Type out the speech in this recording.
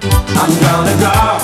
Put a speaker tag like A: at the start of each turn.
A: down the dark.